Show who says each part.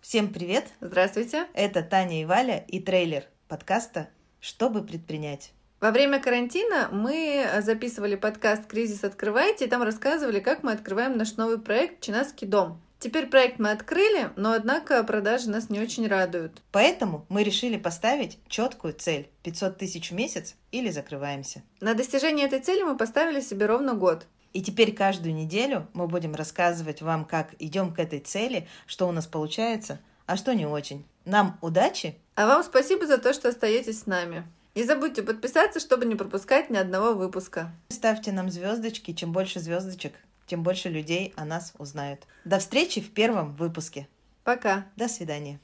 Speaker 1: Всем привет!
Speaker 2: Здравствуйте!
Speaker 1: Это Таня и Валя и трейлер подкаста «Чтобы предпринять».
Speaker 2: Во время карантина мы э, записывали подкаст «Кризис открывайте», и там рассказывали, как мы открываем наш новый проект «Чинаский дом». Теперь проект мы открыли, но однако продажи нас не очень радуют.
Speaker 1: Поэтому мы решили поставить четкую цель – 500 тысяч в месяц или закрываемся.
Speaker 2: На достижение этой цели мы поставили себе ровно год.
Speaker 1: И теперь каждую неделю мы будем рассказывать вам, как идем к этой цели, что у нас получается, а что не очень. Нам удачи!
Speaker 2: А вам спасибо за то, что остаетесь с нами. Не забудьте подписаться, чтобы не пропускать ни одного выпуска.
Speaker 1: Ставьте нам звездочки, чем больше звездочек, тем больше людей о нас узнают. До встречи в первом выпуске.
Speaker 2: Пока!
Speaker 1: До свидания.